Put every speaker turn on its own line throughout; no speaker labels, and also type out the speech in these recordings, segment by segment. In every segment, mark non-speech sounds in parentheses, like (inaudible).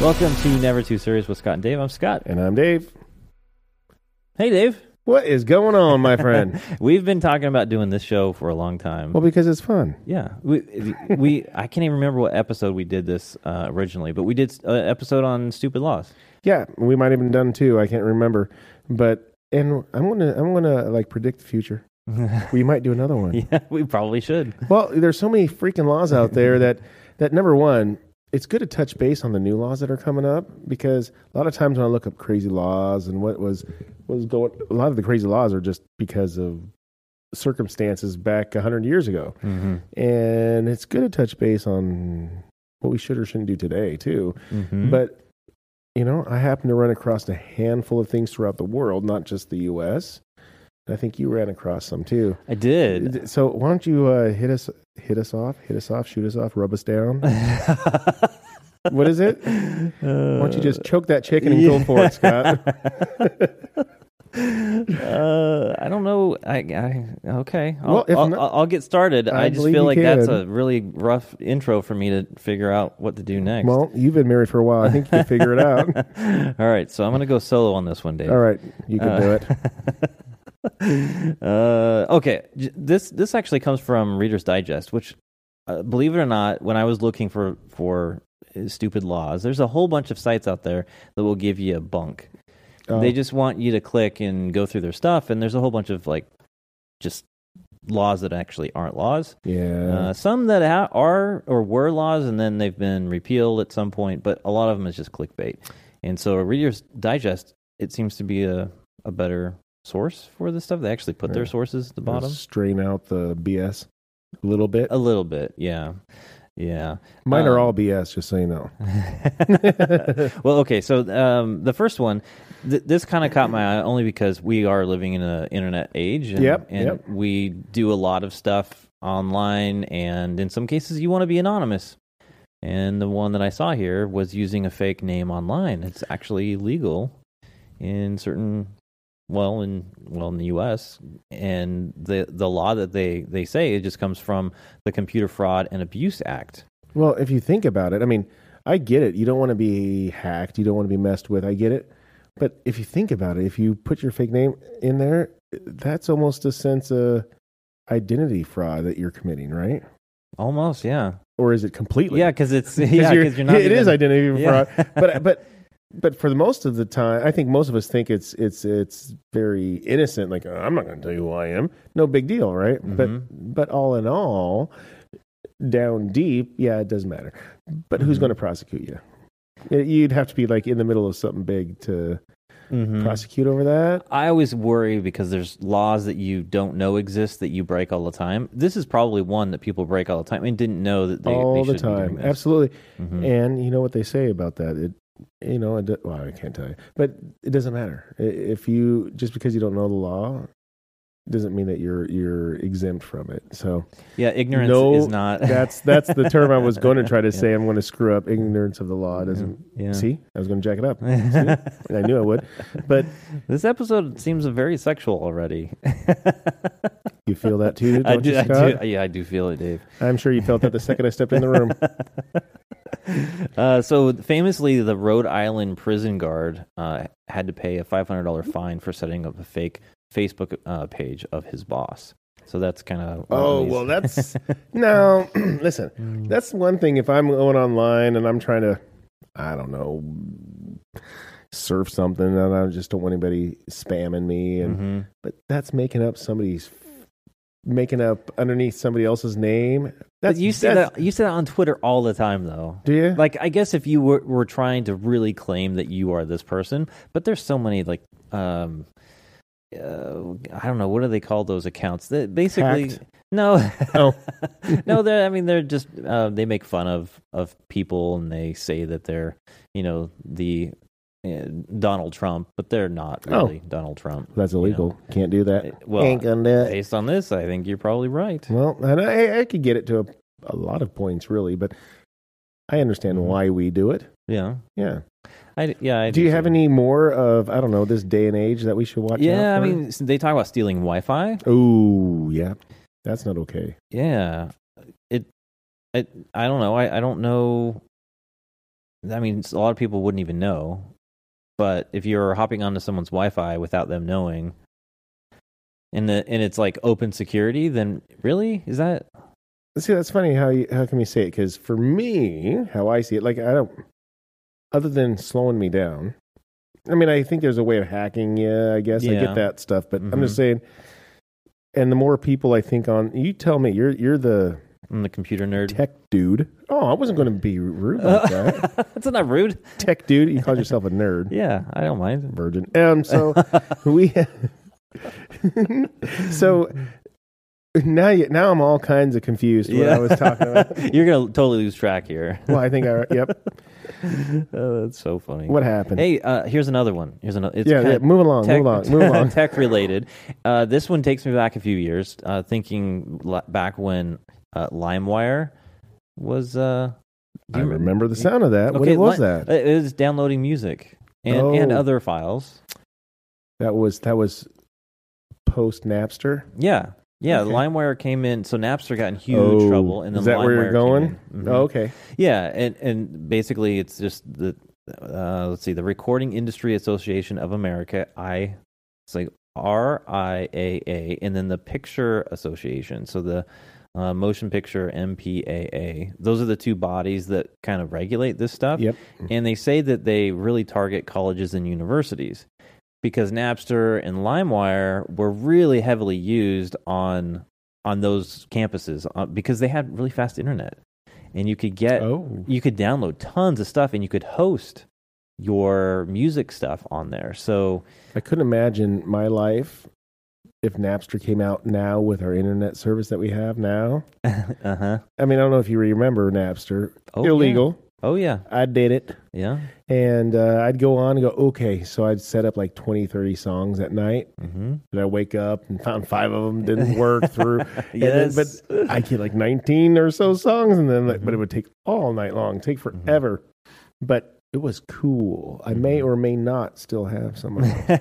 Welcome to Never Too Serious with Scott and Dave. I'm Scott.
And I'm Dave.
Hey, Dave.
What is going on,
(laughs)
my friend?
We've been talking about doing this show for a long time.
well, because it's fun.
yeah, we we I can't even remember what episode we did this uh, originally, but we did an episode on stupid
(laughs)
laws.
Yeah, we might have been done too. I can't remember, but and I'm gonna I'm gonna like predict the future. we might do another one.
(laughs) Yeah, we probably should.
Well, there's so many freaking laws out there that that number one, it's good to touch base on the new laws that are coming up because a lot of times when I look up crazy laws and what was what was going, a lot of the crazy laws are just because of circumstances back 100 years ago,
Mhm.
and it's good to touch base on what we should or shouldn't do today too.
Mhm.
But you know, I happen to run across a handful of things throughout the world, not just the U.S. I think you ran across some too.
I did.
Th- So why don't you uh, hit us, hit us off, hit us off, shoot us off, rub us down? (laughs)
(laughs)
what is it? Why don't you just choke that chicken and go for
(laughs)
it, Scott?
uh, I don't know. I, I okay. I'll,
Well, if
I'll,
not-
I'll- I'll get started. I,
I
just
believe
feel
you
like that's
can.
a really rough intro for me to figure out what to do next.
well, you've been married for a while. I think you can
(laughs)
figure it out.
All right, so I'm gonna go solo on this one, Dave. (laughs)
All right, you can do it.
Uh, okay, J- this this actually comes from Reader's Digest, which, uh, believe it or not, when I was looking for for uh, stupid laws, there's a whole bunch of sites out there that will give you a bunk.
Oh.
(laughs) They just want you to click and go through their stuff, and there's a whole bunch of like just laws that actually aren't laws.
Yeah,
Uh, some that ha- are or were laws, and then they've been repealed at some point. But a lot of them is just clickbait, and so Reader's Digest it seems to be a a better source for this stuff. They actually put their
Yeah.
sources at the
Gonna
bottom
strain out the BS a little bit.
a little bit. Yeah, yeah.
Mine are
um,
all BS, just so you know.
(laughs) Well, okay. So um, the first one, th- this kind of caught my eye only because we are living in an internet age, and,
Yep,
and
yep.
we do a lot of stuff online, and in some cases, you want to be anonymous. And the one that I saw here was using a fake name online. It's actually illegal in certain, well, in well in the U.S. And the the law that they they say it just comes from the Computer Fraud and Abuse Act.
Well, if you think about it, I mean, I get it. You don't want to be hacked. You don't want to be messed with. I get it. But if you think about it, if you put your fake name in there, that's almost a sense of identity fraud that you're committing, right?
Almost, yeah,
Or is it completely? (laughs)
yeah, because it's yeah,
you're,
because you're not.
(laughs) it is
even-
identity
Yeah.
fraud.
(laughs)
(laughs) But but but for the most of the time, I think most of us think it's it's it's very innocent. Like "Oh, I'm not going to tell you who I am. No big deal, right?
Mhm.
But but all in all, down deep, yeah, it doesn't matter. But who's
Mhm.
going to prosecute you? Y- You'd have to be like in the middle of something big to
Mhm.
prosecute over that.
I always worry because there's laws that you don't know exist that you break all the time. This is probably one that people break all the time and didn't know that they
all
they
the
should be doing
time, eh,
this.
absolutely.
Mhm.
And you know what they say about that? It, you know, it, do- well, I can't tell you, but it doesn't matter I- if you just because you don't know the law doesn't mean that you're you're exempt from it.
(laughs)
So
Yeah, ignorance
No,
is not.
that's that's the term I was
(laughs)
going to try to say. I'm going to screw up ignorance of the law. It doesn't
Mm-hmm. Yeah.
see. I was going to jack it up. See? I knew I would, but
(laughs) This episode seems very sexual already. (laughs)
you feel that too, don't
I do,
you,
I
Scott?
do, yeah, I do feel it, Dave.
I'm sure you felt that the second I stepped in the room.
(laughs) Uh, so famously, the Rhode Island prison guard uh, had to pay a five hundred dollar fine for setting up a fake Facebook uh, page of his boss. So that's kind of
Oh well,
(laughs)
that's no. (clears throat) listen, that's one thing. If I'm going online and I'm trying to, I don't know, surf something, and I just don't want anybody spamming me, and
Mm-hmm.
but that's making up somebody's, making up underneath somebody else's name.
But
That's
you see
that's-
that you see that on Twitter all the time, though.
Do you?
Like, I guess if you were, were trying to really claim that you are this person, but there's so many like, um, uh, I don't know what do they call those accounts that basically
Hacked?
no, (laughs)
oh,
no, they're I mean they're just uh, they make fun of of people and they say that they're you know the uh, Donald Trump, but they're not
Oh.
really Donald Trump. Eh,
that's illegal. Can't do that.
Well,
Can't do that.
Based on this, I think you're probably right.
Well, and I, I could get it to a, a lot of points, really, but I understand
Mm-hmm.
why we do it.
Yeah,
Yeah.
I yeah. I
Do you
too.
have any more of I don't know this day and age that we should watch?
Yeah, I
out for?
mean, s- they talk about stealing Wi-Fi.
oh yeah, that's not okay.
Yeah, it, it. I don't know. I, I don't know I mean, a lot of people wouldn't even know. But if you're hopping onto someone's Wi-Fi without them knowing, and the and it's like open security, then really is that?
See, that's funny how you, how can we say it? Because for me, how I see it, like I don't, other than slowing me down. I mean, I think there's a way of hacking. Yeah, I guess I
Yeah.
get that stuff, but I'm
Mhm.
just saying. And the more people I think on, you tell me, you're you're the
I'm the computer nerd.
tech dude. Oh, I wasn't going to be rude
(laughs)
like that.
That's not rude.
tech dude, you called yourself a nerd.
Yeah, I don't mind.
virgin. Um, so (laughs) we, so now you, now I'm all kinds of confused what I was talking
(laughs)
about.
You're gonna totally lose track
(laughs)
here.
Well, I think I yep.
Oh, that's so funny.
What happened?
Hey, uh, here's another one. Here's another. It's
yeah,
kinda
yeah, move along,
tech, (laughs)
move along, move along.
tech related. Uh, this one takes me back a few years, uh, thinking li- back when uh, LimeWire was. Uh,
I remember the sound of that. what
okay,
was
Li-
that?
It was downloading music and, and
Oh.
other files.
That was that was post Napster.
Yeah. Yeah,
Okay.
LimeWire came in, so Napster got in huge
Oh,
trouble, and then
is that where you're
LimeWire came
going?
in. Mhm.
Oh, okay.
Yeah, and and basically it's just the uh, let's see, the Recording Industry Association of America. I it's like R I A A, and then the Picture Association. So the uh, Motion Picture MPAA. Those are the two bodies that kind of regulate this stuff.
Yep.
And they say that they really target colleges and universities because Napster and LimeWire were really heavily used on on those campuses uh, because they had really fast internet and you could get
Oh,
you could download tons of stuff and you could host your music stuff on there. So (laughs)
I couldn't imagine my life if Napster came out now with our internet service that we have now.
uh huh.
I mean, I don't know if you remember Napster.
Oh,
Illegal.
Yeah. Oh yeah.
I did it.
Yeah. (laughs)
and uh, i'd go on and go okay so i'd set up like 20 30 songs at night
Mm-hmm.
and i wake up and found five of them didn't work
(laughs)
through And then-
Yes. (laughs) Mm-hmm.
but i get like 19 or so songs and then like, but it would take all night long take forever but it was cool i may
Mm-hmm.
or may not still have
(laughs)
some of them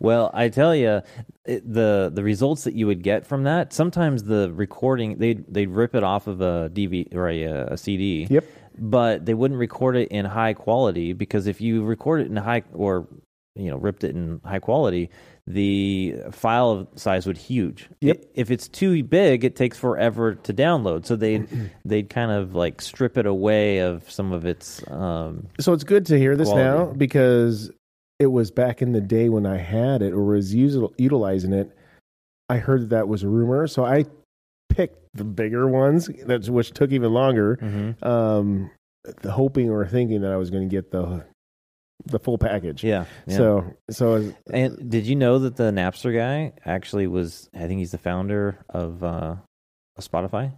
well, I tell you, the the results that you would get from that sometimes the recording they they'd rip it off of a DV or a, uh, a CD.
Yep.
But they wouldn't record it in high quality because if you record it in high or you know ripped it in high quality, the file size would huge.
Yep.
If it's too big, it takes forever to download. So
(clears throat)
they would they'd kind of like strip it away of some of its um,
so it's good to hear this now
Quality.
because it was back in the day when I had it or was usil- utilizing it. I heard that, that was a rumor, so I picked the bigger ones, that's which took even longer, um, th- hoping or thinking that I was going to get the the full package.
yeah, yeah.
So so as-
And did you know that the Napster guy actually was? I think he's the founder of uh, Spotify.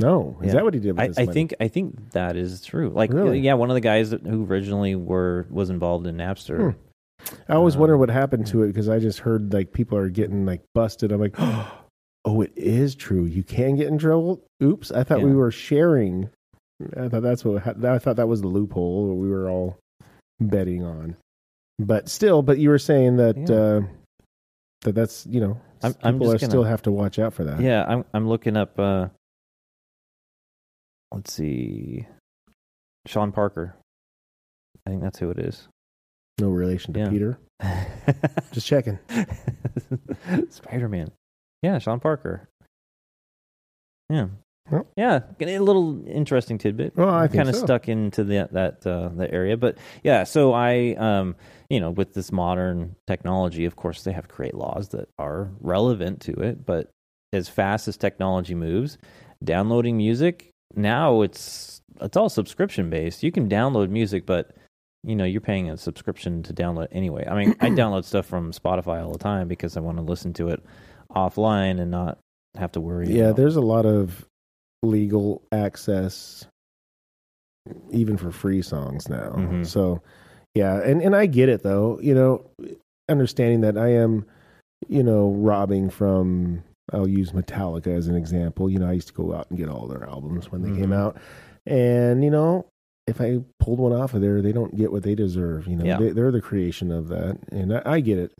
no, is
Yeah.
that what he did? With
I,
this
I
money?
think I think that is true. Like, uh,
Really?
yeah, one of the guys that- who originally were was involved in Napster.
I always
um,
wonder what happened to it because I just heard like people are getting like busted. I'm like, (gasps) oh, it is true. You can get in trouble. Oops, I thought we
Yeah.
were sharing. I thought that's what ha- I thought that was the loophole we were all betting on. But still, but you were saying that
Yeah.
uh, that that's you know
I'm-
people
I'm
are
just gonna-
still have to watch out for that.
Yeah, I'm I'm looking up. Uh, let's see, Sean Parker. I think that's who it is. (laughs)
No relation to
Yeah.
Peter. Just checking.
(laughs) Spider Man. Yeah, Sean Parker. Yeah.
Well.
Yeah, a little interesting tidbit.
Well, I think
kind of
so.
stuck into the, that uh, that area, but yeah. So I, um, you know, with this modern technology, of course, they have create laws that are relevant to it. But as fast as technology moves, downloading music now it's it's all subscription based. You can download music, but you know you're paying a subscription to download anyway. I mean, I download stuff from Spotify all the time because I want to listen to it offline and not have to worry.
Yeah,
about-
there's a lot of legal access, even for free songs now.
Mhm.
So, yeah, and and I get it though. You know, understanding that I am, you know, robbing from. I'll use Metallica as an example. You know, I used to go out and get all their albums when they came
Mhm.
out, and you know, if I pulled one off of there, they don't get what they deserve. You know,
Yeah.
they, they're the creation of that, and I, I get it.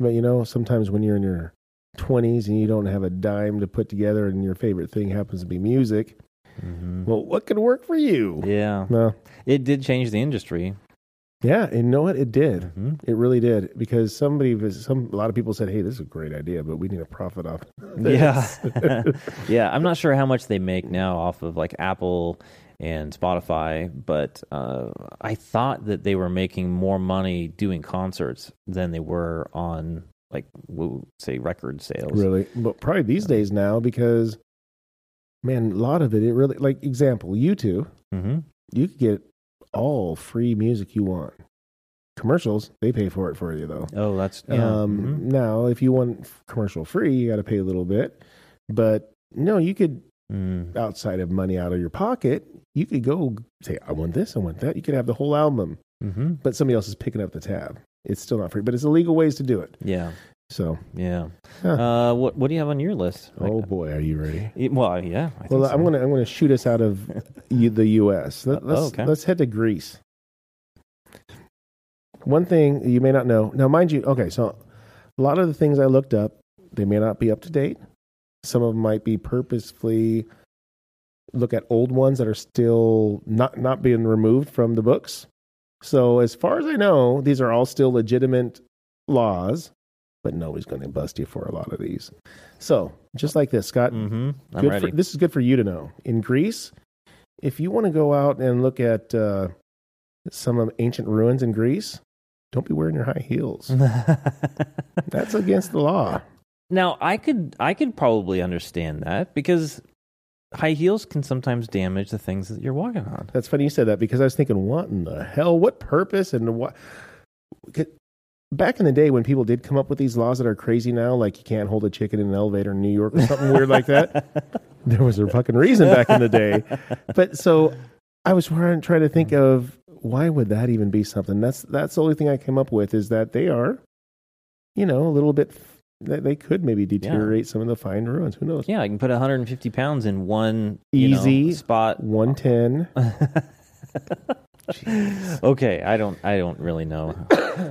But you know, sometimes when you're in your 20s and you don't have a dime to put together and your favorite thing happens to be music
Mhm.
Well, what could work for you?
Yeah,
No.
it did change the industry.
Yeah, and you know what? It did.
Mhm.
It really did because somebody was some a lot of people said, "Hey, this is a great idea, but we need a profit off." this."
(laughs) Yeah, yeah. I'm not sure how much they make now off of like Apple and Spotify, but uh, I thought that they were making more money doing concerts than they were on like we'll say record sales.
really. But probably these days now because man, a lot of it it really like example, YouTube,
hmm
you could get all free music you want. Commercials, they pay for it for you though.
Oh, that's yeah.
Um,
Mhm.
Now, if you want f- commercial free, you got to pay a little bit. But no, you could
Mm.
outside of money out of your pocket, you could go say, "I want this, I want that." You could have the whole album,
Mhm.
but somebody else is picking up the tab. It's still not free, but it's illegal ways to do it.
Yeah,
So,
yeah.
Huh.
Uh, what what do you have on your list? Like,
oh boy, are you ready?
it- well, yeah. I think
Well,
so.
I'm gonna I'm gonna shoot us
(laughs)
out of you, the U.S. Let,
Oh,
us
okay.
let's head to Greece. One thing you may not know now, mind you. Okay, so a lot of the things I looked up, they may not be up to date. Some of them might be purposefully look at old ones that are still not not being removed from the books. So as far as I know, these are all still legitimate laws, but nobody's going to bust you for a lot of these. So just like this, Scott
Mhm. I'm
good
ready.
For, this is good for you to know. In Greece, if you want to go out and look at uh, some of ancient ruins in Greece, don't be wearing your high
Mm.
heels.
(laughs)
That's against the law.
Now I could I could probably understand that because high heels can sometimes damage the things that you're walking on.
That's funny you said that because I was thinking, what in the hell? What purpose and what? Back in the day when people did come up with these laws that are crazy now, like you can't hold a chicken in an elevator in New York or something weird
(laughs)
like that, there was a fucking reason back in the day. But so I was trying, trying to
Mm.
think of why would that even be something? That's that's the only thing I came up with is that they are, you know, a little bit. That they could maybe deteriorate some of the fine ruins. Who knows?
Yeah, I can put 150 pounds in one you know,
Easy.
spot.
One ten.
Okay, I don't I don't really
(coughs)
know.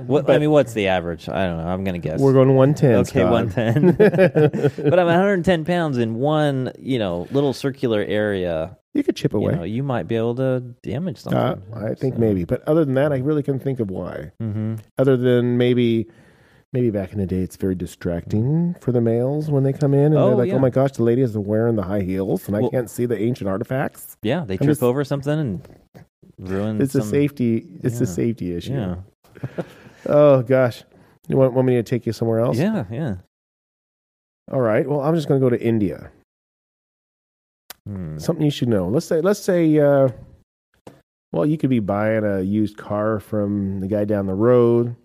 What I mean, what's the average? I don't know. I'm gonna guess.
We're going one ten.
okay,
(laughs)
110. (laughs) but I'm 110 pounds in one you know little circular area.
You could chip
You
away.
know, you might be able to damage something.
Uh, I think
So,
maybe, but other than that, I really couldn't think of why.
mhm.
Other than maybe, maybe back in the day, it's very distracting for the males when they come in and
Oh,
they're like,
yeah.
"Oh my gosh, the lady is wearing the high heels, and I
Well-
can't see the ancient artifacts."
Yeah, they trip
just-
over something and ruin.
It's a
Mm, some-
safety. It's a
yeah.
safety issue.
Yeah,
Oh gosh, you want, want me to take you somewhere else?
yeah, yeah.
All right. Well, I'm just going to go to India.
Hmm.
Something you should know. Let's say, let's say, uh, well, you could be buying a used car from the guy down the road.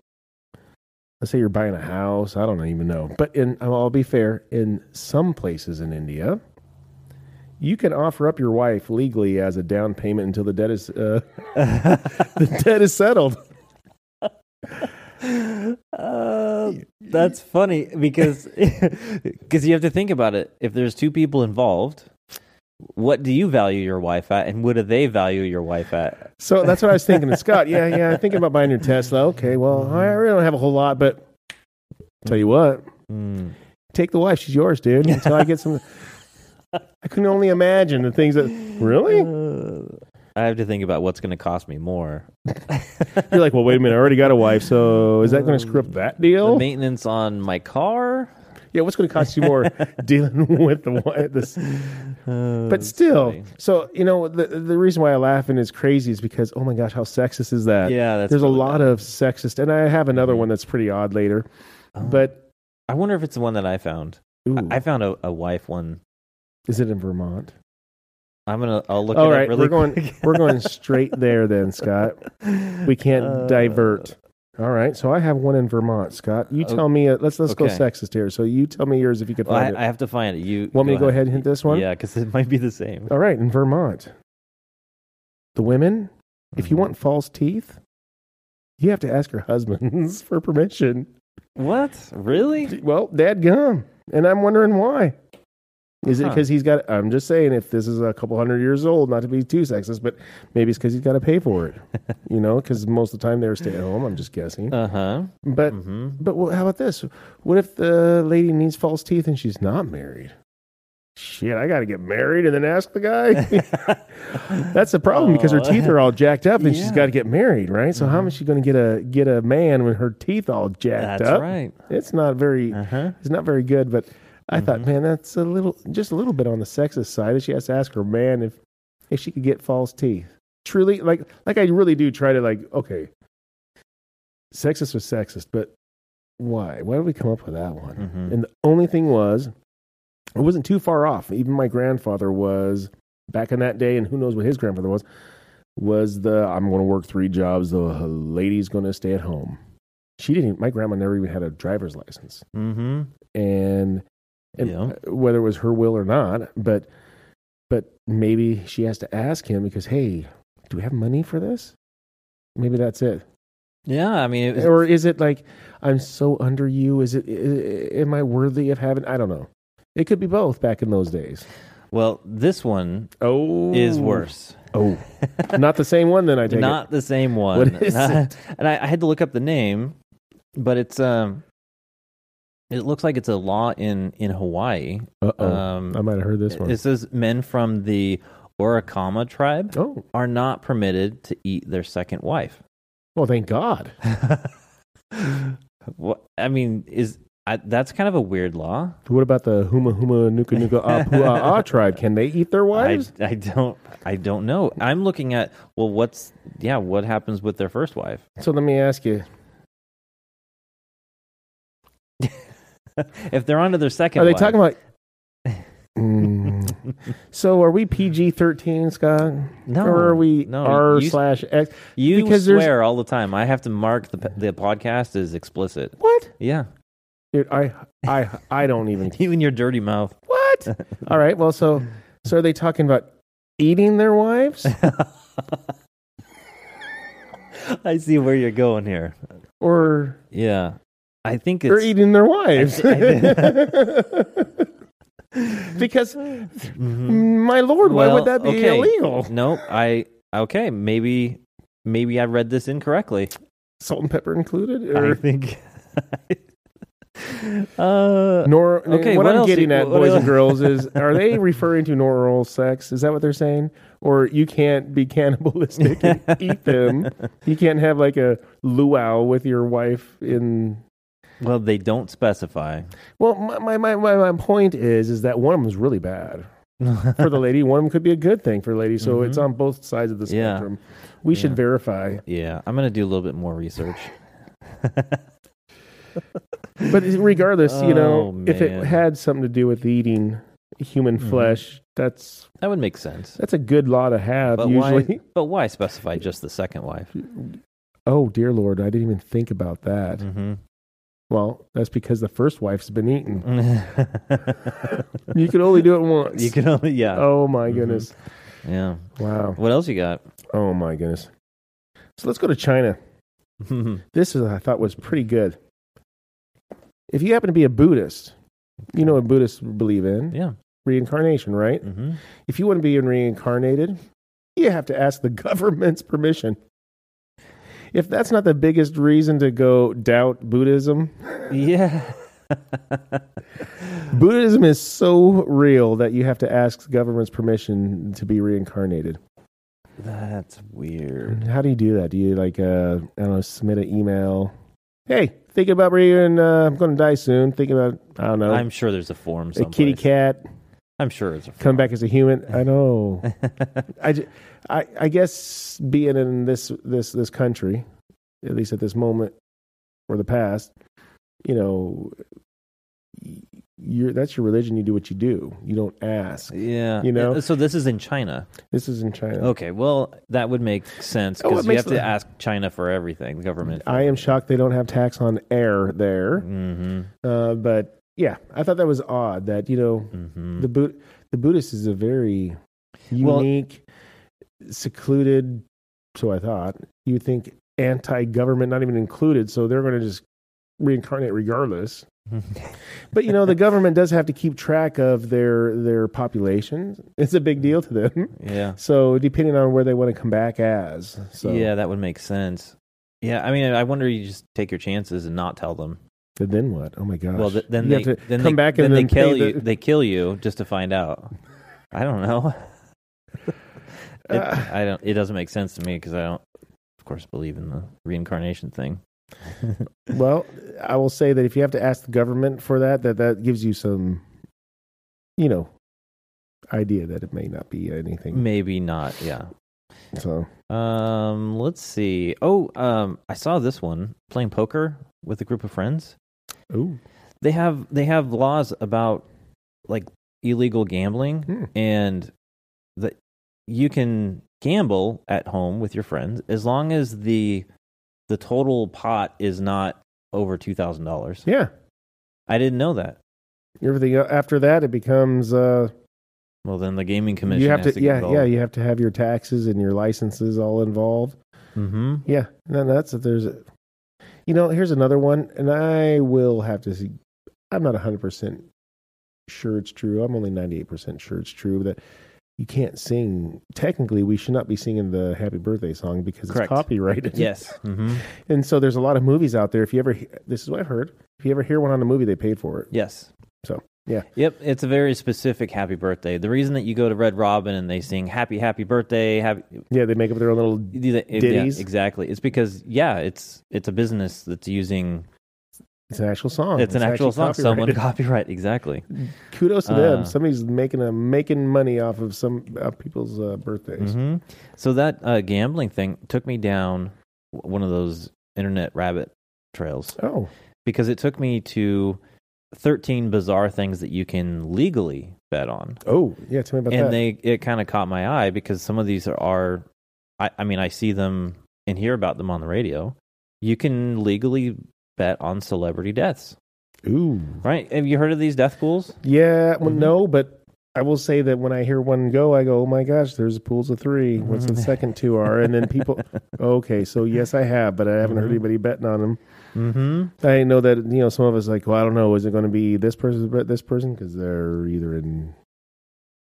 Let's say you're buying a house. I don't even know. But in, I'll be fair, in some places in India, you can offer up your wife legally as a down payment until the debt is uh, (laughs) the debt is settled.
(laughs) Uh, that's funny because (laughs) because you have to think about it. If there's two people involved, what do you value your wife at, and what do they value your wife at?
So that's what I was thinking. Scott, yeah, yeah, thinking about buying your Tesla. Okay, well, I
Mm.
really don't have a whole lot, but tell you what,
(sighs) Hmm.
take the wife. She's yours, dude. Until I get some. I can only imagine the things that
(laughs)
really.
Uh, I have to think about what's going to cost me more.
You're like, well, wait a minute. I already got a wife, so is that going to screw up that
The
deal?
maintenance on my car.
yeah, what's going to cost
(laughs)
you more dealing with the wi- this?
Uh,
But still, so you know the the reason why I laugh and it's crazy is because oh my gosh, how sexist is that?
Yeah, that's
there's a
really
lot of sexist, and I have another one that's pretty odd later, but
oh. I wonder if it's the one that I found.
ooh,
I found a, a wife one.
is it in Vermont?
I'm gonna. I'll look.
All
it
right,
up really
we're going
quick.
we're
(laughs)
going straight there then, Scott. We can't
Uh,
divert. All right, so I have one in Vermont, Scott. You tell me. Uh, let's let's go
okay.
sexist here. So you tell me yours if you could
Well,
find
I, I
it.
have to find it. You
Want me to go ahead and hit this one? Oh,
Yeah, because it might be the same.
All right, in Vermont, the women, if you
Mm-hmm.
want false teeth, you have to ask your husbands (laughs) for permission.
What?
(laughs)
Really?
Well, dad gum, and I'm wondering why. Is it
Huh.
because he's got? I'm just saying, if this is a couple hundred years old, not to be too sexist, but maybe it's because he's got to pay
(laughs)
for it. you know, because most of the time they're stay at home. I'm just guessing.
Uh huh.
But
Mm-hmm.
but wh- how about this? What if the lady needs false teeth and she's not married? shit, I got to get married and then ask the guy. (laughs)
(laughs)
(laughs) That's the problem because her teeth are all jacked up and she's
Yeah. Mm-hmm.
got to get married, right? So how is she going to get a get a man when her teeth all jacked
That's
up?
right.
It's not very
Uh-huh.
it's not very good, but I thought, man, that's a little just a little bit on the sexist side. She has to ask her man if if she could get false teeth. Truly like like I really do try to like, okay. Sexist was sexist, but why? Why did we come up with that one?
Mhm.
And the only thing was, it wasn't too far off. Even my grandfather was back in that day, and who knows what his grandfather was. Was the I'm going to work three jobs. The lady's going to stay at home. She didn't. My grandma never even had a driver's license,
Mm-hmm.
and, and
Yeah.
whether it was her will or not, but but maybe she has to ask him because hey, do we have money for this? Maybe that's it
Yeah, I mean, it,
or is it like I'm so under you? Is it? i- i- am I worthy of having? I don't know. It could be both back in those days.
well, this one
Oh,
is worse.
Oh, not the same one. Then I take
Not the same one. (laughs)
What is
and I, I had to look up the name, but it's um, it looks like it's a law in in Hawaii.
it. Uh oh,
Um,
I might have heard this one.
it says men from the Orikama tribe
oh,
are not permitted to eat their second wife.
well, thank God.
What I mean is I, that's kind of a weird law.
What about the Huma Huma Nuka Nuka
(laughs)
Apua tribe? Can they eat their
I,
wives?
I don't I don't know. I'm looking at well, what's yeah, what happens with their first wife?
so let me ask you:
If they're onto their second,
Are they
wife, (laughs)
talking about? Mm. so are we PG thirteen, Scott?
No,
or are we
no,
R
you-
slash X?
You
Because there's-
swear all the time. I have to mark the the podcast as explicit.
What,
Yeah, (laughs)
dude? I I I don't even
even your dirty mouth.
What? All right. Well, so so are they talking about eating
(laughs)
their wives,
I see where you're going here.
or
Yeah, I think
or
it's
eating their wives?
I
(laughs)
(laughs)
because
mhm.
my lord, why
Well,
would that be
okay.
illegal?
No, I okay. Maybe maybe I read this incorrectly.
Salt and pepper included,
I
or
think. (laughs) uh,
(laughs) nor?
Okay,
what,
what
I'm
else
getting
do- (laughs)
at,
what
boys and
else-
girls, is are they referring to oral sex? Is that what they're saying? Or you can't be cannibalistic
(laughs)
and eat them. You can't have like a luau with your wife in
well, they don't specify.
Well, my, my, my, my, my point is is that one of them is really bad for the lady. One of them could be a good thing for the lady. So it's on both sides of the
Mm-hmm. Yeah.
spectrum. We should verify.
(laughs) Yeah, I'm gonna do a little bit more research.
(laughs) But regardless, you know,
Oh,
if it
man. Mm-hmm.
had something to do with eating human flesh, that's
That would make sense.
that's a good law to have.
But
usually,
why? But why specify just the second wife?
oh dear lord, I didn't even think about that.
hmm
Well, that's because the first wife's been eaten.
you
(laughs)
(laughs)
You could only do it once.
can only yeah
Oh my goodness!
yeah.
Wow.
What else you got? (laughs)
Oh my goodness. So let's go to China. this is I thought was pretty good. If you happen to be a Buddhist, you know what Buddhists believe in
yeah.
reincarnation, right? (laughs)
hmm
If you want to be reincarnated, you have to ask the (laughs) government's permission. If that's not the biggest reason to go doubt Buddhism,
Yeah.
Buddhism is so real that you have to ask the government's permission to be reincarnated.
That's weird.
And How do you do that? Do you like uh I don't know, submit an email? Hey, thinking about reading uh, I'm gonna die soon, thinking about I don't know.
I'm sure there's a form
a
someplace.
kitty cat
I'm sure it's a form.
come back as a human
(laughs)
i know I, ju- I I guess being in this this this country at least at this moment or the past you know y- you're that's your religion you do what you do you don't ask
Yeah. Uh,
You know?
So this is in China.
this is in china
Okay. Well, that would make sense
Oh, it
because you
makes
have to
the-
ask China for everything. The government.
i am shocked they don't have tax on air there
Mm-hmm.
uh, but yeah i thought that was odd that you know
Mm-hmm.
the Bud- the Buddhist is a very
Well-
unique, secluded. So I thought you think anti-government, not even included. So they're going to just reincarnate regardless. But you know the government does have to keep track of their their populations. It's a big deal to them.
(laughs) yeah.
So depending on where they want to come back as, so
Yeah, that would make sense. Yeah. I mean, I wonder. You just take your chances and not tell them.
So then what? Oh my gosh!
Well, th- then
You
they
have to
then
come
they,
back
then
and
they
then
kill
pay the-
you.
(laughs)
They kill you just to find out. I don't know. It,
Uh.
I don't. It doesn't make sense to me because I don't, of course, believe in the reincarnation thing.
Well, I will say that if you have to ask the government for that, that that gives you some, you know, idea that it may not be
(laughs)
anything.
Maybe not. Yeah.
So
Um. Let's see. Oh. Um. I saw this one playing poker with a group of friends.
ooh,
They have they have laws about like illegal gambling
Hmm.
and that you can gamble at home with your friends as long as the the total pot is not over two thousand dollars.
yeah.
I didn't know that.
Everything el- after that, it becomes uh,
Well, then the gaming commission
you have
has
to,
to,
yeah, yeah. You have to have your taxes and your licenses all involved.
Mm-hmm.
Yeah, no, that's if there's, a, you know, here's another one, and I will have to see. I'm not 100 percent sure it's true. I'm only 98 percent sure it's true that you can't sing. Technically, we should not be singing the Happy Birthday song because
Correct.
it's copyrighted.
Yes. Mm-hmm.
(laughs) and so there's a lot of movies out there. If you ever, he- this is what I've heard. If you ever hear one on a movie, they paid for it.
Yes.
So, yeah.
Yep. It's a very specific happy birthday. The reason that you go to Red Robin and they sing happy, happy birthday, happy
Yeah, they make up their own little.
yeah,
Ditties.
exactly. It's because yeah, it's it's a business that's using
It's an actual song.
it's an actual
Oh, actually
song. Someone (laughs)
copyrighted.
copyright exactly.
(laughs) Kudos to them.
Uh,
Somebody's making a making money off of some uh, people's uh, birthdays.
hmm So that uh, gambling thing took me down w- one of those internet rabbit trails
Oh,
because it took me to 13 bizarre things that you can legally bet on.
oh, yeah. Tell me about
and
that.
they it kind of caught my eye because some of these are, are I, I mean I see them and hear about them on the radio. You can legally bet on celebrity deaths,
Ooh.
right? Have you heard of these death pools?
Yeah. Well,
Mhm.
no, but I will say that when I hear one go, I go, "Oh my gosh, there's pools of 3 What's the
Mhm.
second two are?" And
(laughs)
then people, okay, so yes, I have, but I haven't
Mhm.
heard anybody betting on them.
Mm-hmm.
I know that you know some of us like, well, I don't know, is it going to be this person, but this person because they're either in,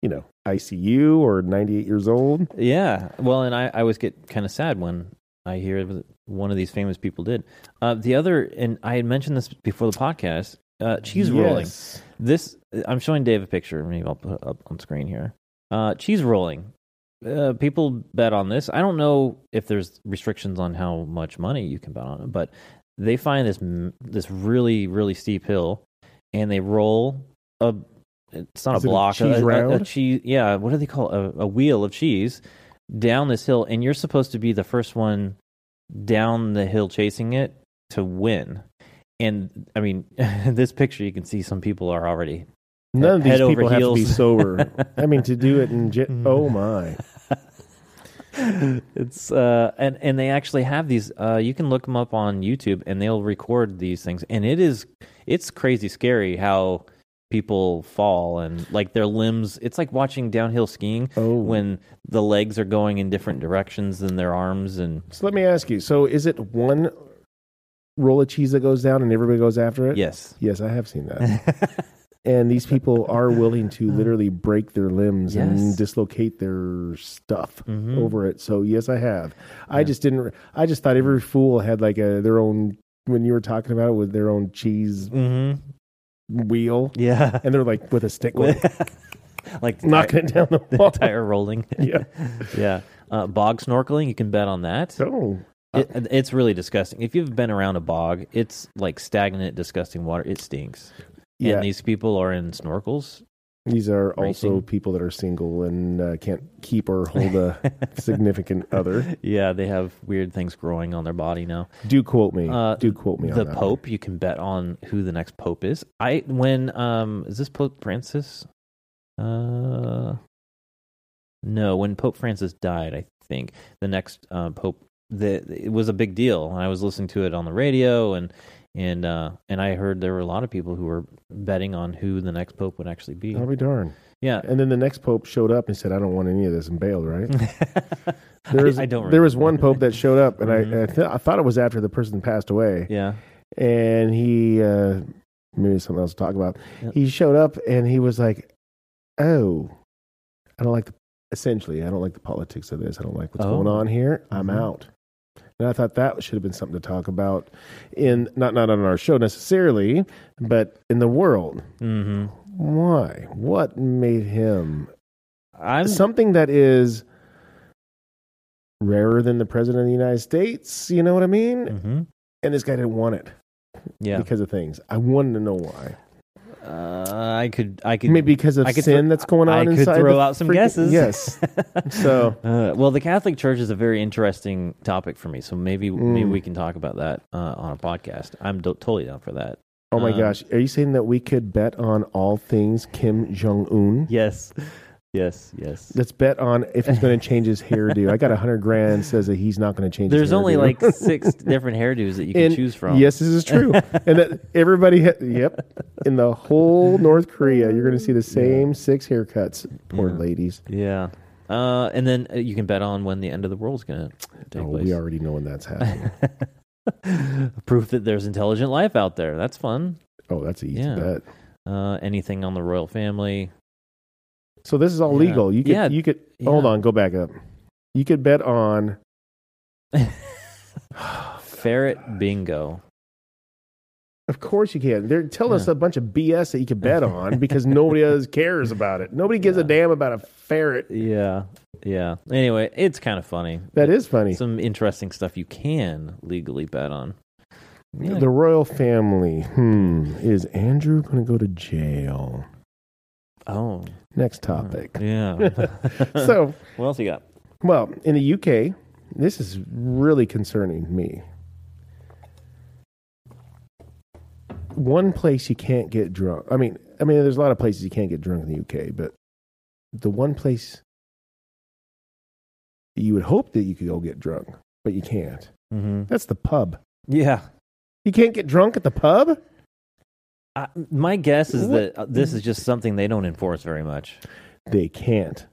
you know, ICU or 98 years old.
Yeah. Well, and I, I always get kind of sad when I hear that one of these famous people did. Uh, the other, and I had mentioned this before the podcast, uh, cheese rolling.
Yes.
This, I'm showing Dave a picture. Maybe I'll put it up on screen here. Uh, cheese rolling. Uh, people bet on this. I don't know if there's restrictions on how much money you can bet on it, but they find this m- this really really steep hill, and they roll a. It's not
Is
a
it a
block.
cheese round?
cheese. Yeah. What do they call it? a, a wheel of cheese down this hill? And you're supposed to be the first one down the hill chasing it to win. And I mean, (laughs) this picture you can see some people are already
None of
Head
these
over
people have to be
heels. (laughs) Mm-hmm.
sober. I mean, to do it in j- oh my,
it's uh and and they actually have these uh you can look them up on youtube and they'll record these things and it is it's crazy scary how people fall and like their limbs it's like watching downhill skiing
oh
when the legs are going in different directions than their arms and
So let me ask you. So is it one roll of cheese that goes down and everybody goes after it?
yes
(laughs)
Mm-hmm.
Yes, I have
(laughs)
seen that. and these people are willing to literally break their limbs
Yes.
and dislocate their stuff
Mhm.
over it. So yes, I have. I just didn't. I just thought every fool had like a their own. When you were talking about it with their own cheese
mm-hmm.
wheel,
yeah
and they're like with a stick, like,
(laughs) like the
(laughs) knocking
(laughs)
it down the
ti-
wall.
tire rolling
yeah.
yeah uh bog snorkeling you can bet on that
So
It, it's really disgusting. If you've been around a bog, it's like stagnant, disgusting water. It stinks.
yeah,
And these people are in snorkels. (laughs)
These are also
Racing.
people that are single and uh, can't keep or hold a significant other.
Yeah, they have weird things growing on their body now.
Do quote me.
Uh,
Do quote me on
the
that.
Pope, you can bet on who the next Pope is. I when um is this Pope Francis? Uh, no, when Pope Francis died, I think the next uh, Pope. The it was a big deal. I was listening to it on the radio and. And uh, and I heard there were a lot of people who were betting on who the next pope would actually be.
I'll be darn.
Yeah,
And then the next pope showed up and said, "I don't want any of this," and bailed. Right? (laughs) There
(laughs) Mm. I-
was
I, don't.
there
remember. Mm-hmm.
was one pope that showed up, and I I, th- I thought it was after the person passed away,
Yeah.
and he uh, maybe something else to talk about.
Yeah.
He showed up and he was like, "Oh, I don't like the." Essentially, I don't like the politics of this. I don't like what's
Oh.
going on here. I'm
Mhm.
out. And I thought that should have been something to talk about in not not on our show necessarily, but in the world.
Mm-hmm.
Why? What made him
I'm
something that is rarer than the president of the United States? You know what I mean?
hmm
And this guy didn't want it
yeah.
because of things. I wanted to know why.
Uh, I could I could
Maybe because of
I could
sin
thro-
that's going on
I could
inside. the
throw out some
freaking-
guesses. (laughs)
Yes. So-
uh, well, the Catholic Church is a very interesting topic for me. So maybe maybe
Mm.
we can talk about that uh, on a podcast. I'm do- totally down for that.
Oh my
(laughs) Um,
gosh. Are you saying that we could bet on all things Kim Jong Un?
Yes, yes, yes.
Let's bet on if he's going to change his hairdo. I got a hundred grand
(laughs)
says that he's not going to change. his
There's only
hairdo. (laughs)
like six different hairdos that you can
And
choose from.
Yes, this
(laughs)
is true. and that everybody, ha- yep, in the whole North Korea, you're going to see the same six haircuts. Poor ladies.
Yeah. Uh, and then uh, you can bet on when the end of the world's going to take
Oh,
place.
we
(laughs)
already know when that's happening.
Proof that there's intelligent life out there. That's fun.
oh, that's an easy
Yeah.
bet.
Uh, anything on the royal family.
So this is all
Yeah.
legal. You could,
Yeah,
you could hold
yeah.
on, go back up. You could bet on
Ferret bingo.
Of course you can. They're telling us
Yeah.
a bunch of BS that
(laughs)
you can bet on because nobody else cares about it. Nobody gives a
Yeah.
damn about a ferret.
Yeah. Yeah. Anyway, it's kind of funny.
That is funny.
Some interesting stuff you can legally bet on. Yeah.
The royal family. Hmm. Is Andrew going to go to jail?
oh.
Next topic. (laughs)
Yeah.
So,
what else you got?
well, in the UK, this is really concerning me. One place you can't get drunk. I mean, I mean, there's a lot of places you can't get drunk in the UK, but the one place you would hope that you could go get drunk, but you can't.
Mm-hmm.
That's the pub.
Yeah.
You can't get drunk at the pub.
I, my guess is
What-
that uh, this is just something they don't enforce very much.
They can't,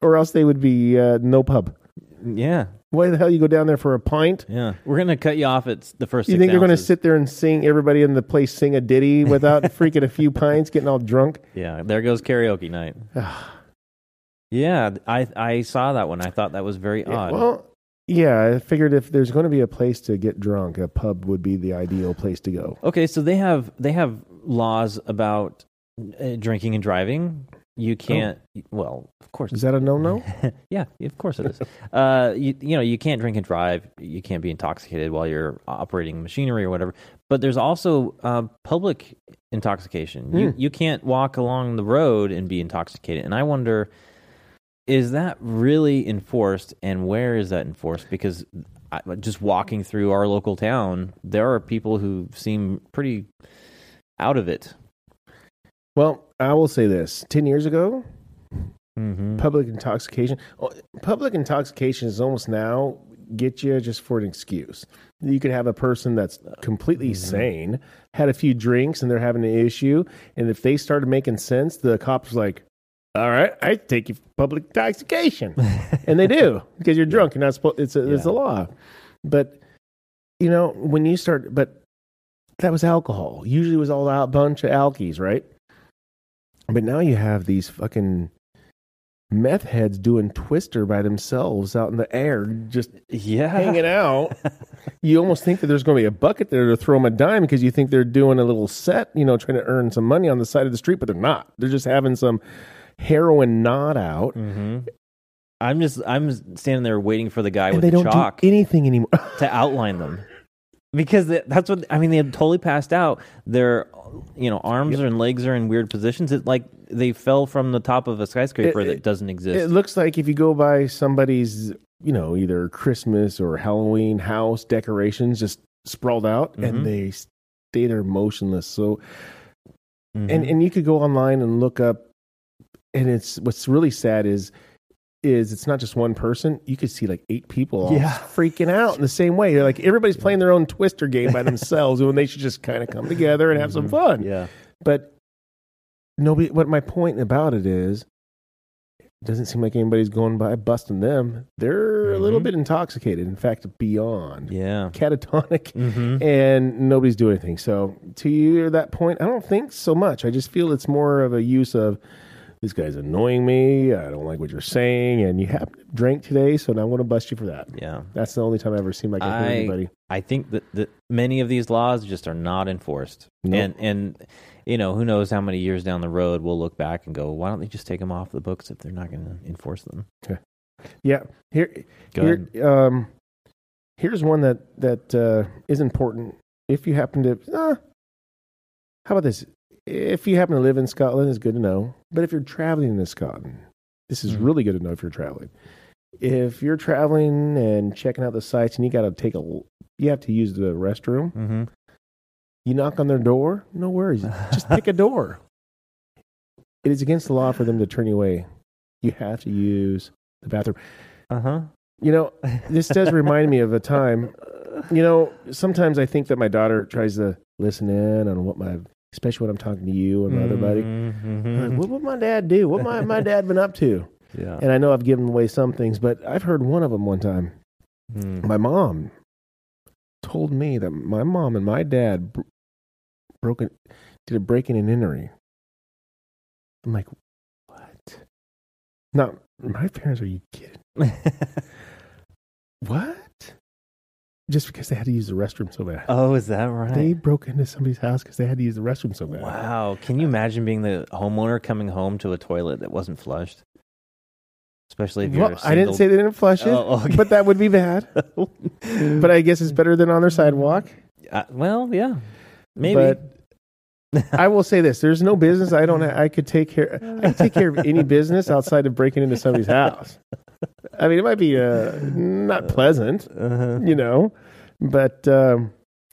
or else they would be uh, no pub.
Yeah.
Why the hell you go down there for a pint?
Yeah. We're going to cut you off at s- the first
You
six
think you're going to
ounces.
sit there and sing everybody in the place sing a ditty without (laughs) freaking a few pints, getting all (laughs) drunk?
Yeah, there goes karaoke
(sighs)
night. yeah, I I saw that one. I thought that was very odd.
well, yeah, I figured if there's going to be a place to get drunk, a pub would be the ideal place to go.
okay, so they have they have laws about uh, drinking and driving. You can't. Well, of course.
Is that a no-no?
yeah, of course it is. uh, you, you know, you can't drink and drive. You can't be intoxicated while you're operating machinery or whatever. But there's also uh, public intoxication.
Hmm.
You you can't walk along the road and be intoxicated. And I wonder, is that really enforced? And where is that enforced? Because I, just walking through our local town, there are people who seem pretty out of it.
(laughs) Well, I will say this: ten years ago,
Mm-hmm.
public intoxication, oh, public intoxication is almost now get you just for an excuse. You could have a person that's completely
Mm-hmm.
sane, had a few drinks, and they're having an issue, and if they started making sense, the cops like. All right, I take you for public
(laughs)
intoxication, and they do because you're drunk. You're not supposed. It's a, it's a
Yeah.
law, but you know when you start. But that was alcohol. Usually it was all a bunch of alkies, right? But now you have these fucking meth heads doing Twister by themselves out in the air, just
(laughs) Yeah.
hanging out. you almost think that there's going to be a bucket there to throw them a dime because you think they're doing a little set, you know, trying to earn some money on the side of the street, but they're not. They're just having some heroin knot out.
hmm I'm just I'm standing there waiting for the guy
And
with
they
the
don't
chalk
do anything anymore. (laughs)
to outline them because th- that's what I mean. They had totally passed out. Their you know arms and legs are in weird positions. It like they fell from the top of a skyscraper
It-
that doesn't
It
exist.
looks like if you go by somebody's, you know, either Christmas or Halloween house decorations just sprawled out
Mhm.
and they stay there motionless. So,
Mhm.
and, and you could go online and look up, and it's what's really sad is, is it's not just one person. You could see like eight people all
Yeah.
freaking out in the same way. They're like everybody's playing their own twister
(laughs)
game by themselves when they should just kind of come together and have some
Mhm.
fun
yeah,
but nobody what my point about it is it doesn't seem like anybody's going by busting them they're a little
Mhm.
bit intoxicated in fact beyond
yeah.
catatonic
hmm
and nobody's doing anything so to you that point i don't think so much i just feel it's more of a use of this guy's annoying me. I don't like what you're saying, and you happen to drink today, so now I'm going to bust you for that.
Yeah.
That's the only time I ever seem like I hurt
I-
anybody.
I think that, that many of these laws just are not enforced.
Nope.
And and you know, who knows how many years down the road we'll look back and go, why don't they just take them off the books if they're not going to enforce them?
Yeah. Here,
Go
here um, here's one that that uh, is important. If you happen to, uh, how about this? If you happen to live in Scotland, it's good to know. But if you're traveling to Scotland, this is
Mhm.
really good to know if you're traveling. If you're traveling and checking out the sites, and you got to take a, l- you have to use the restroom.
Mm-hmm.
You knock on their door, no worries.
(laughs)
Just pick a door. It is against the law for them to turn you away. You have to use the bathroom.
Uh huh.
You know, this does
(laughs)
remind me of a time. You know, sometimes I think that my daughter tries to listen in on what my, especially when I'm talking to you and my other buddy.
Mm-hmm.
Like, what would my dad do? What my my dad been up to?
Yeah.
And I know I've given away some things, but I've heard one of them one time.
Mm.
My mom told me that my mom and my dad br- broke an, did a break in and entering. I'm like, what? Not my parents. Are you kidding? What? Just because they had to use the restroom so bad.
(laughs) oh, is that
They
right?
broke into somebody's house because they had to use the restroom so bad.
Wow. Can you imagine being the homeowner coming home to a toilet that wasn't flushed? Especially if you're
Well,
a
I didn't say
single-
they didn't flush it,
Oh, okay.
but that would be bad. But I guess it's better than on their sidewalk.
(laughs) Uh, well, yeah. Maybe.
But
(laughs)
I will say this: there's no business I don't. I could take care. I could take care of any business outside of breaking into somebody's house. I mean, it might be uh, not pleasant,
uh-huh.
you know, but um,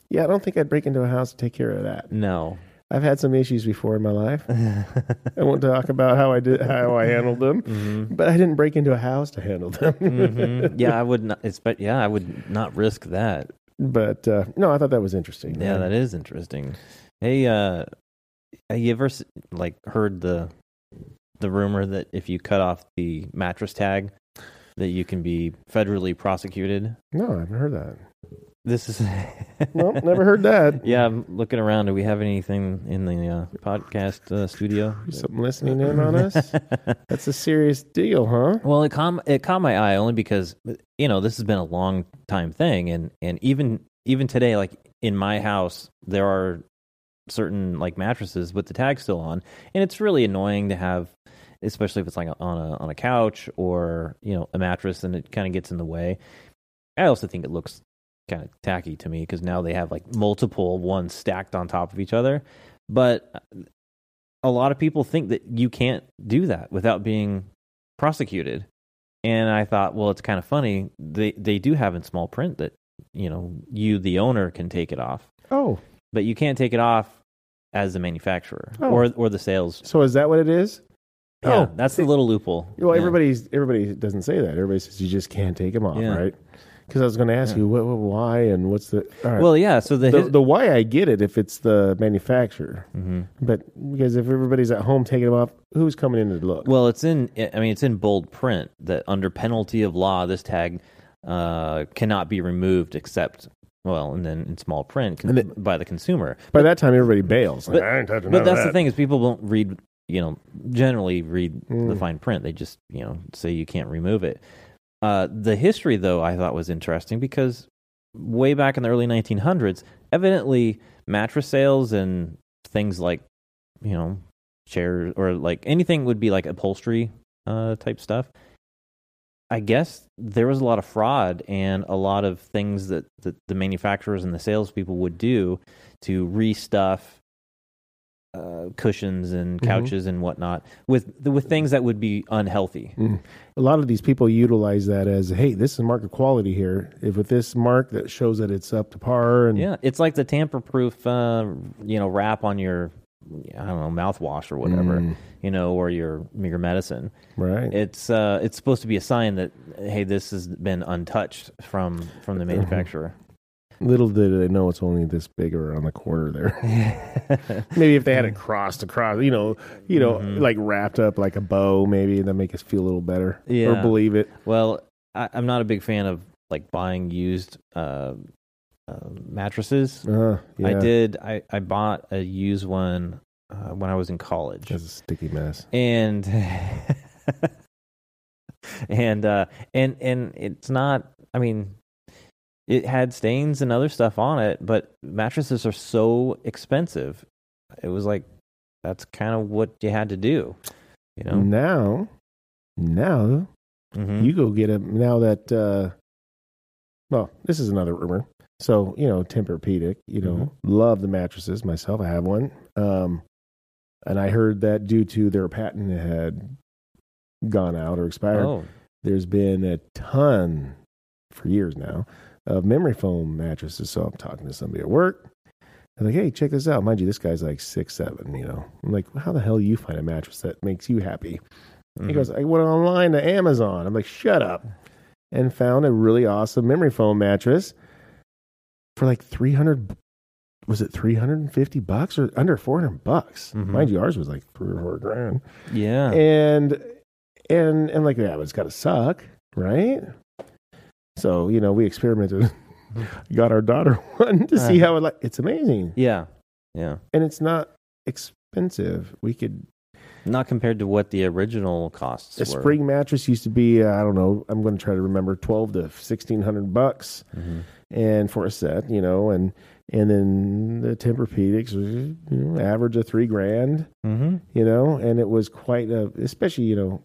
yeah, I don't think I'd break into a house to take care of that.
No. (laughs)
I've had some issues before in my life.
Mhm.
I won't talk about how I did how I handled them,
Mm-hmm.
but I didn't break into a house to handle them.
Mhm. Yeah, I would not. It's, but yeah, I would not risk that.
(laughs) But uh, no, I thought that was interesting.
Yeah, that is interesting. Hey, uh, have you ever s- like heard the the rumor that if you cut off the mattress tag, that you can be federally prosecuted?
no, I haven't heard that.
This is (laughs)
No, never heard that.
Yeah, I'm looking around. Do we have anything in the uh, podcast uh, studio?
Something listening in on
(laughs)
us. That's a serious deal, huh?
Well, it caught it caught my eye only because you know this has been a long time thing, and and even even today, like in my house, there are certain like mattresses with the tag still on, and it's really annoying to have, especially if it's like on a on a couch or you know a mattress, and it kind of gets in the way. I also think it looks kind of tacky to me because now they have like multiple ones stacked on top of each other, but a lot of people think that you can't do that without being prosecuted. And I thought, well, it's kind of funny. They they do have in small print that you know you the owner can take it off,
Oh,
but you can't take it off as the manufacturer
Oh.
or or the sales.
so is that what it is?
Yeah,
Oh,
that's the little loophole.
Well,
Yeah.
everybody's everybody doesn't say that. Everybody says you just can't take them off,
Yeah.
right? Because I was going to ask you what, what, why and what's the all right.
Well, yeah. So the,
the, the why I get it if it's the manufacturer,
Mhm.
but because if everybody's at home taking them off, who's coming in to look?
Well, it's in. I mean, it's in bold print that under penalty of law, this tag uh, cannot be removed except well, and then in small print con-
And it-
by the consumer.
By that time, everybody bails. Like,
But-
I ain't touching none
But
of
that's the
that."
thing is people won't read, you know, generally read the
Mm.
fine print. They just, you know, say you can't remove it. Uh, the history, though, I thought was interesting because way back in the early 1900s, evidently mattress sales and things like, you know, chairs or like anything would be like upholstery uh, type stuff. I guess there was a lot of fraud and a lot of things that, that the manufacturers and the salespeople would do to restuff uh, cushions and
Mhm.
couches and whatnot with with things that would be unhealthy.
Mm. A lot of these people utilize that as, hey, this is market quality here. If with this mark that shows that it's up to par, and
Yeah, it's like the tamper-proof, uh, you know, wrap on your I don't know mouthwash or whatever,
Mm.
you know, or your your medicine.
right,
It's uh, it's supposed to be a sign that hey, this has been untouched from from
Mm-hmm.
the
(laughs)
manufacturer.
little did they know it's only this big or on the corner there. (laughs) Maybe if they
Mm.
had it crossed across, you know, you know,
Mm-hmm.
like wrapped up like a bow, maybe that make us feel a little better
Yeah.
or believe it.
Well, I, I'm not a big fan of like buying used uh, uh, mattresses.
Uh, yeah.
I did. I, I bought a used one uh, when I was in college,
That's a sticky mess.
and and uh, and and it's not. I mean, it had stains and other stuff on it, but mattresses are so expensive. It was like that's kind of what you had to do, you know.
Now, now
Mhm.
Mm-hmm. you go get a now that. uh Well, this is another rumor. So you know, Tempur-Pedic. You know, love the mattresses myself. I have one, um, and I heard that due to their patent that had gone out or expired,
oh,
there's been a ton for years now of memory foam mattresses. So I'm talking to somebody at work. I'm like, hey, check this out. Mind you, this guy's like six seven, you know. I'm like, how the hell you find a mattress that makes you happy? He
mhm.
goes, I went online to Amazon. I'm like, shut up. And found a really awesome memory foam mattress for like 300, b- was it 350 bucks or under 400 bucks?
Mhm.
Mind you, ours was like three or four grand
yeah.
and and and like yeah, but it's gotta suck, right? So you know, we experimented, (laughs) got our daughter (laughs) one to see
Uh-huh.
how it like. It's amazing,
Yeah. Yeah.
and it's not expensive. We could
Not compared to what the original costs
a
were.
spring mattress used to be uh, I don't know. I'm going to try to remember twelve to sixteen hundred bucks,
Mhm.
and for a set, you know, and and then the Tempur-Pedics was you know, average of three grand.
Mhm.
you know and it was quite a especially you know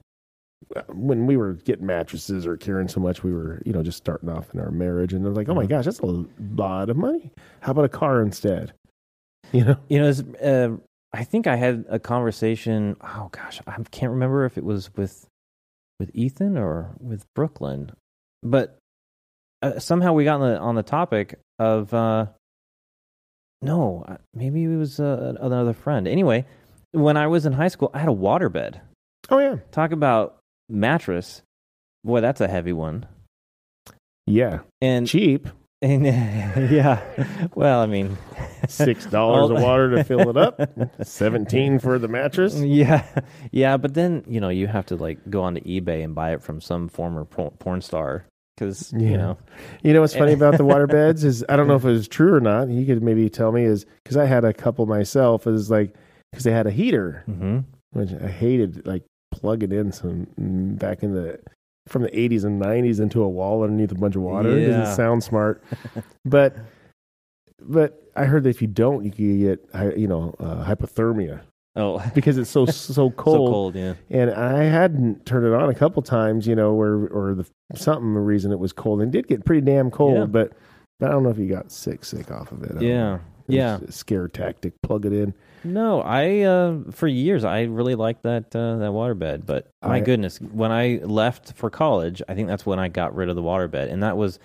when we were getting mattresses or caring so much we were you know just starting off in our marriage and i was like oh my gosh that's a lot of money how about a car instead (laughs) you know
You know, it's, uh, I think I had a conversation. Oh gosh, I can't remember if it was with with Ethan or with Brooklyn, but uh, somehow we got on the on the topic of uh, no, uh, maybe it was uh, another friend. Anyway, when I was in high school, I had a waterbed.
oh yeah
Talk about mattress. Boy, that's a heavy one.
yeah
And
cheap
And (laughs) yeah, well, I mean,
six dollars
All-
of water to fill
(laughs)
it up 17 for the mattress
yeah, yeah, but then you know you have to like go onto eBay and buy it from some former por- porn star because you
Yeah.
know,
You know what's funny about the water beds is I don't know if it was true or not. You could maybe tell me is because I had a couple myself is like because they had a heater (laughs)
hmm
which I hated like plugging in some mm, back in the from the 80s and 90s into a wall underneath a bunch of water. It
Yeah.
doesn't sound smart, but but I heard that if you don't, you can get hy- you know uh, hypothermia
oh, (laughs)
because it's so so
so
cold.
cold, yeah,
And I hadn't turned it on a couple times, you know, or or the something the reason it was cold and it did get pretty damn cold,
Yeah.
but. I don't know if you got sick sick off of it. I don't know.
yeah,
It was
yeah.
a scare tactic. Plug it in.
No, I uh, for years I really liked that uh, that waterbed, but my
I-
goodness, when I left for college, I think that's when I got rid of the waterbed, and that was,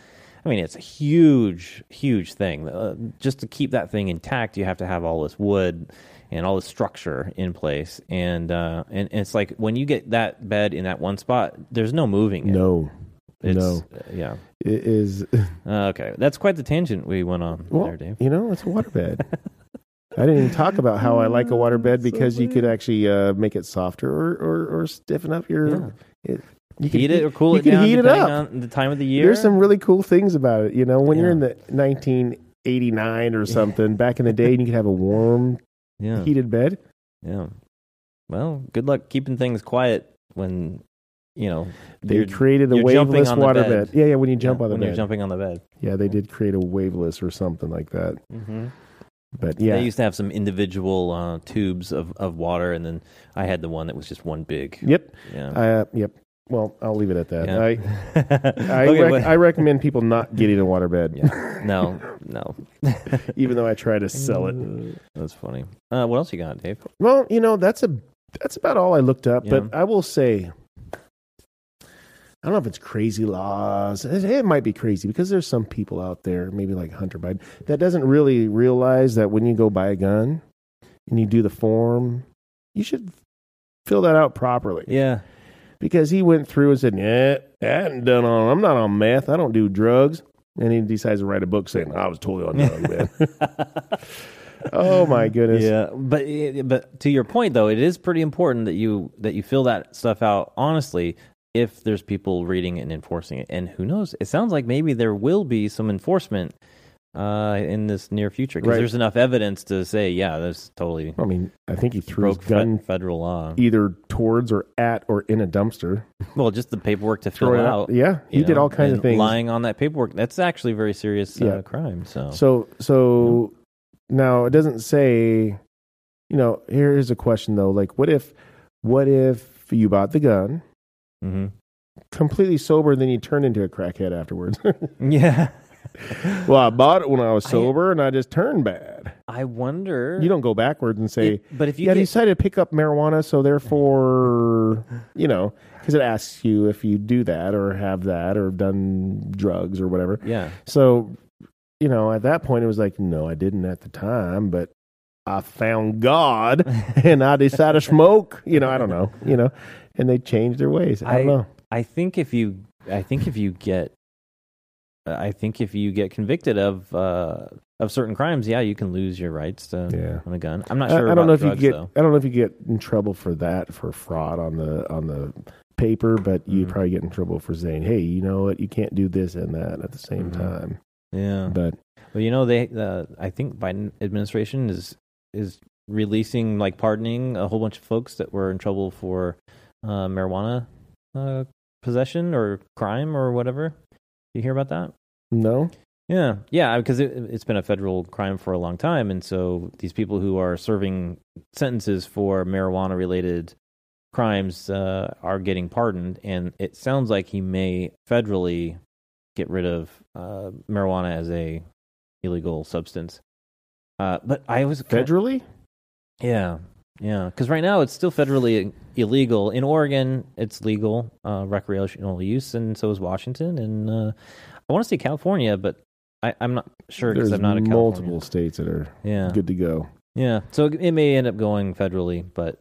I mean, it's a huge, huge thing. Uh, just to keep that thing intact, you have to have all this wood and all this structure in place, and uh, and, and it's like when you get that bed in that one spot, there's no moving it.
No,
it's, uh,
no.
yeah.
It is
Uh, okay, that's quite the tangent we went on
Well,
there, Dave.
you know, it's
(laughs)
a waterbed. I didn't even talk about how I like a waterbed because you could actually uh, make it softer or, or, or stiffen up your.
Yeah.
It, you could
Heat it or cool
you
it
can
down
heat it
depending
up.
on the time of the year.
There's some really cool things about it. You know, when
Yeah.
you're in the
(laughs)
1989 or something, back in the day, and you could have a warm,
yeah.
heated bed.
Yeah. Well, good luck keeping things quiet when you know
They
you're-
created a
you're jumping
waveless
on the
waterbed.
bed.
Yeah, yeah, when you jump
yeah,
on the
when
bed.
you're jumping on the bed.
Yeah, they did create a waveless or something like that.
Mm-hmm.
But
They
yeah,
used to have some individual uh, tubes of, of water, and then I had the one that was just one big.
yep,
Yeah.
I, uh, yep. Well, I'll leave it at that.
Yeah. (laughs)
I, I,
Okay,
rec-
but-
I recommend people not getting a waterbed.
yeah. No. No.
(laughs) even though I try to sell it.
That's funny. Uh, what else you got, Dave?
Well, you know, that's a that's about all I looked up, but I will say I don't know if it's crazy laws. It, it might be crazy because there's some people out there, maybe like Hunter Biden, that doesn't really realize that when you go buy a gun and you do the form, you should fill that out properly.
Yeah.
Because he went through and said, "Yeah, I ain't done on. I'm not on meth. I don't do drugs." And he decides to write a book saying, "I was totally on drugs, man."
(laughs)
oh my goodness!
Yeah, but it- but to your point though, it is pretty important that you that you fill that stuff out honestly. If there's people reading it and enforcing it, and who knows, it sounds like maybe there will be some enforcement uh, in this near future because
Right.
there's enough evidence to say, yeah, this totally
I mean, I think he threw
broke
his
fe-
gun
federal law.
either towards or at or in a dumpster.
Well, just the paperwork to fill
Throw it
out.
out. Yeah, he
you
did
know,
all kinds of
and
things.
Lying on that paperwork, that's actually a very serious uh,
Yeah.
crime. So,
So so now it doesn't say. You know, here's a question though. Like, what if, what if you bought the gun
hmm
(laughs) completely sober, then you turned into a crackhead afterwards? (laughs)
yeah.
well, I bought it when I was
I-
sober, and I just turned bad.
I wonder.
You don't go backwards and say,
It- but if you
yeah, I
get,
decided to pick up marijuana, so therefore, you know, because it asks you if you do that or have that or have done drugs or whatever.
(laughs) yeah,
So, you know, at that point, it was like, no, I didn't at the time, but I found God (laughs) and I decided to smoke. You know, I don't know, you know, and they changed their ways. I, don't
I-
know.
I think if you, I think if you get, I think if you get convicted of uh, of certain crimes, yeah, you can lose your rights to
Yeah.
on a gun. I'm not
I-
sure.
I,
about
don't know if
drugs,
you get.
though.
I don't know if you get in trouble for that for fraud on the on the paper, but you
Mhm.
probably get in trouble for saying, "Hey, you know what? You can't do this and that at the same
Mhm.
time."
Yeah.
But
Well, you know, they uh, I think Biden administration is is releasing like pardoning a whole bunch of folks that were in trouble for uh, marijuana uh, possession or crime or whatever. You hear about that?
no,
Yeah, yeah, because it, it's been a federal crime for a long time, and so these people who are serving sentences for marijuana-related crimes uh, are getting pardoned, and it sounds like he may federally get rid of uh, marijuana as a illegal substance. Uh, but I was kinda-
federally,
yeah, yeah. Because right now it's still federally illegal in Oregon. It's legal uh, recreational use, and so is Washington, and uh, I want to say California, but I, I'm not sure because
there's
I'm not a
multiple states that are
California. Yeah,
good to go.
yeah. So it it may end up going federally, but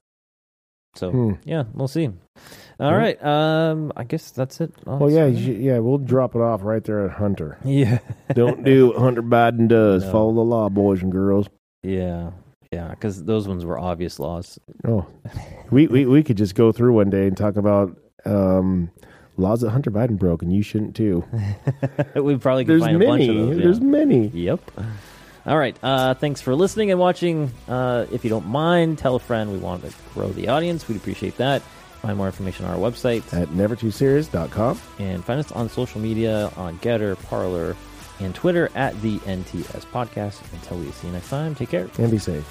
so
Hmm.
yeah, we'll see. All
Yeah.
right. Um, I guess that's it. Oh,
Well, yeah,
that's-
you, yeah, we'll drop it off right there at Hunter.
(laughs) yeah,
Don't do what Hunter Biden does.
No.
Follow the law, boys and girls.
(laughs) yeah, yeah. Because those ones were obvious laws. (laughs)
Oh, we, we we could just go through one day and talk about um, laws that Hunter Biden broke, and you shouldn't too.
we probably could
There's
find a bunch of
many.
those.
There's
yeah.
many.
Yep. All right. Uh, thanks for listening and watching. Uh, if you don't mind, tell a friend. We want to grow the audience. We'd appreciate that. Find more information on our website
at nevertooserious.com.
and find us on social media on Getter, Parlor, and Twitter at the NTS Podcast. Until we see you next time, take care.
And be safe.